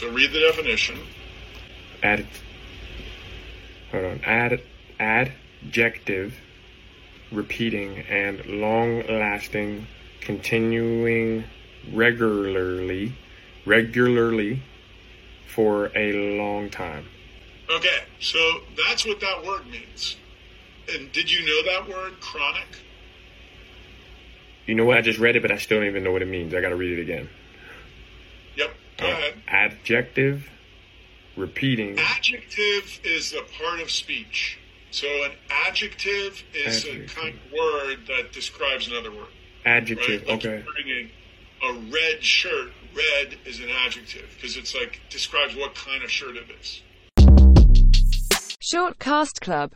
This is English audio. So read the definition. Ad. Hold on. Ad. Adjective. Repeating and long-lasting, continuing regularly, regularly, for a long time. Okay, so that's what that word means. And did you know that word, chronic? You know what? I just read it, but I still don't even know what it means. I got to read it again. Yep, go Uh, ahead. adjective. Repeating. Adjective is a part of speech. So an adjective is Adjective. a kind of word that describes another word, Adjective. right? Like Okay. wearing a, a red shirt. Red is an adjective because it's like describes what kind of shirt it is. Short Cast Club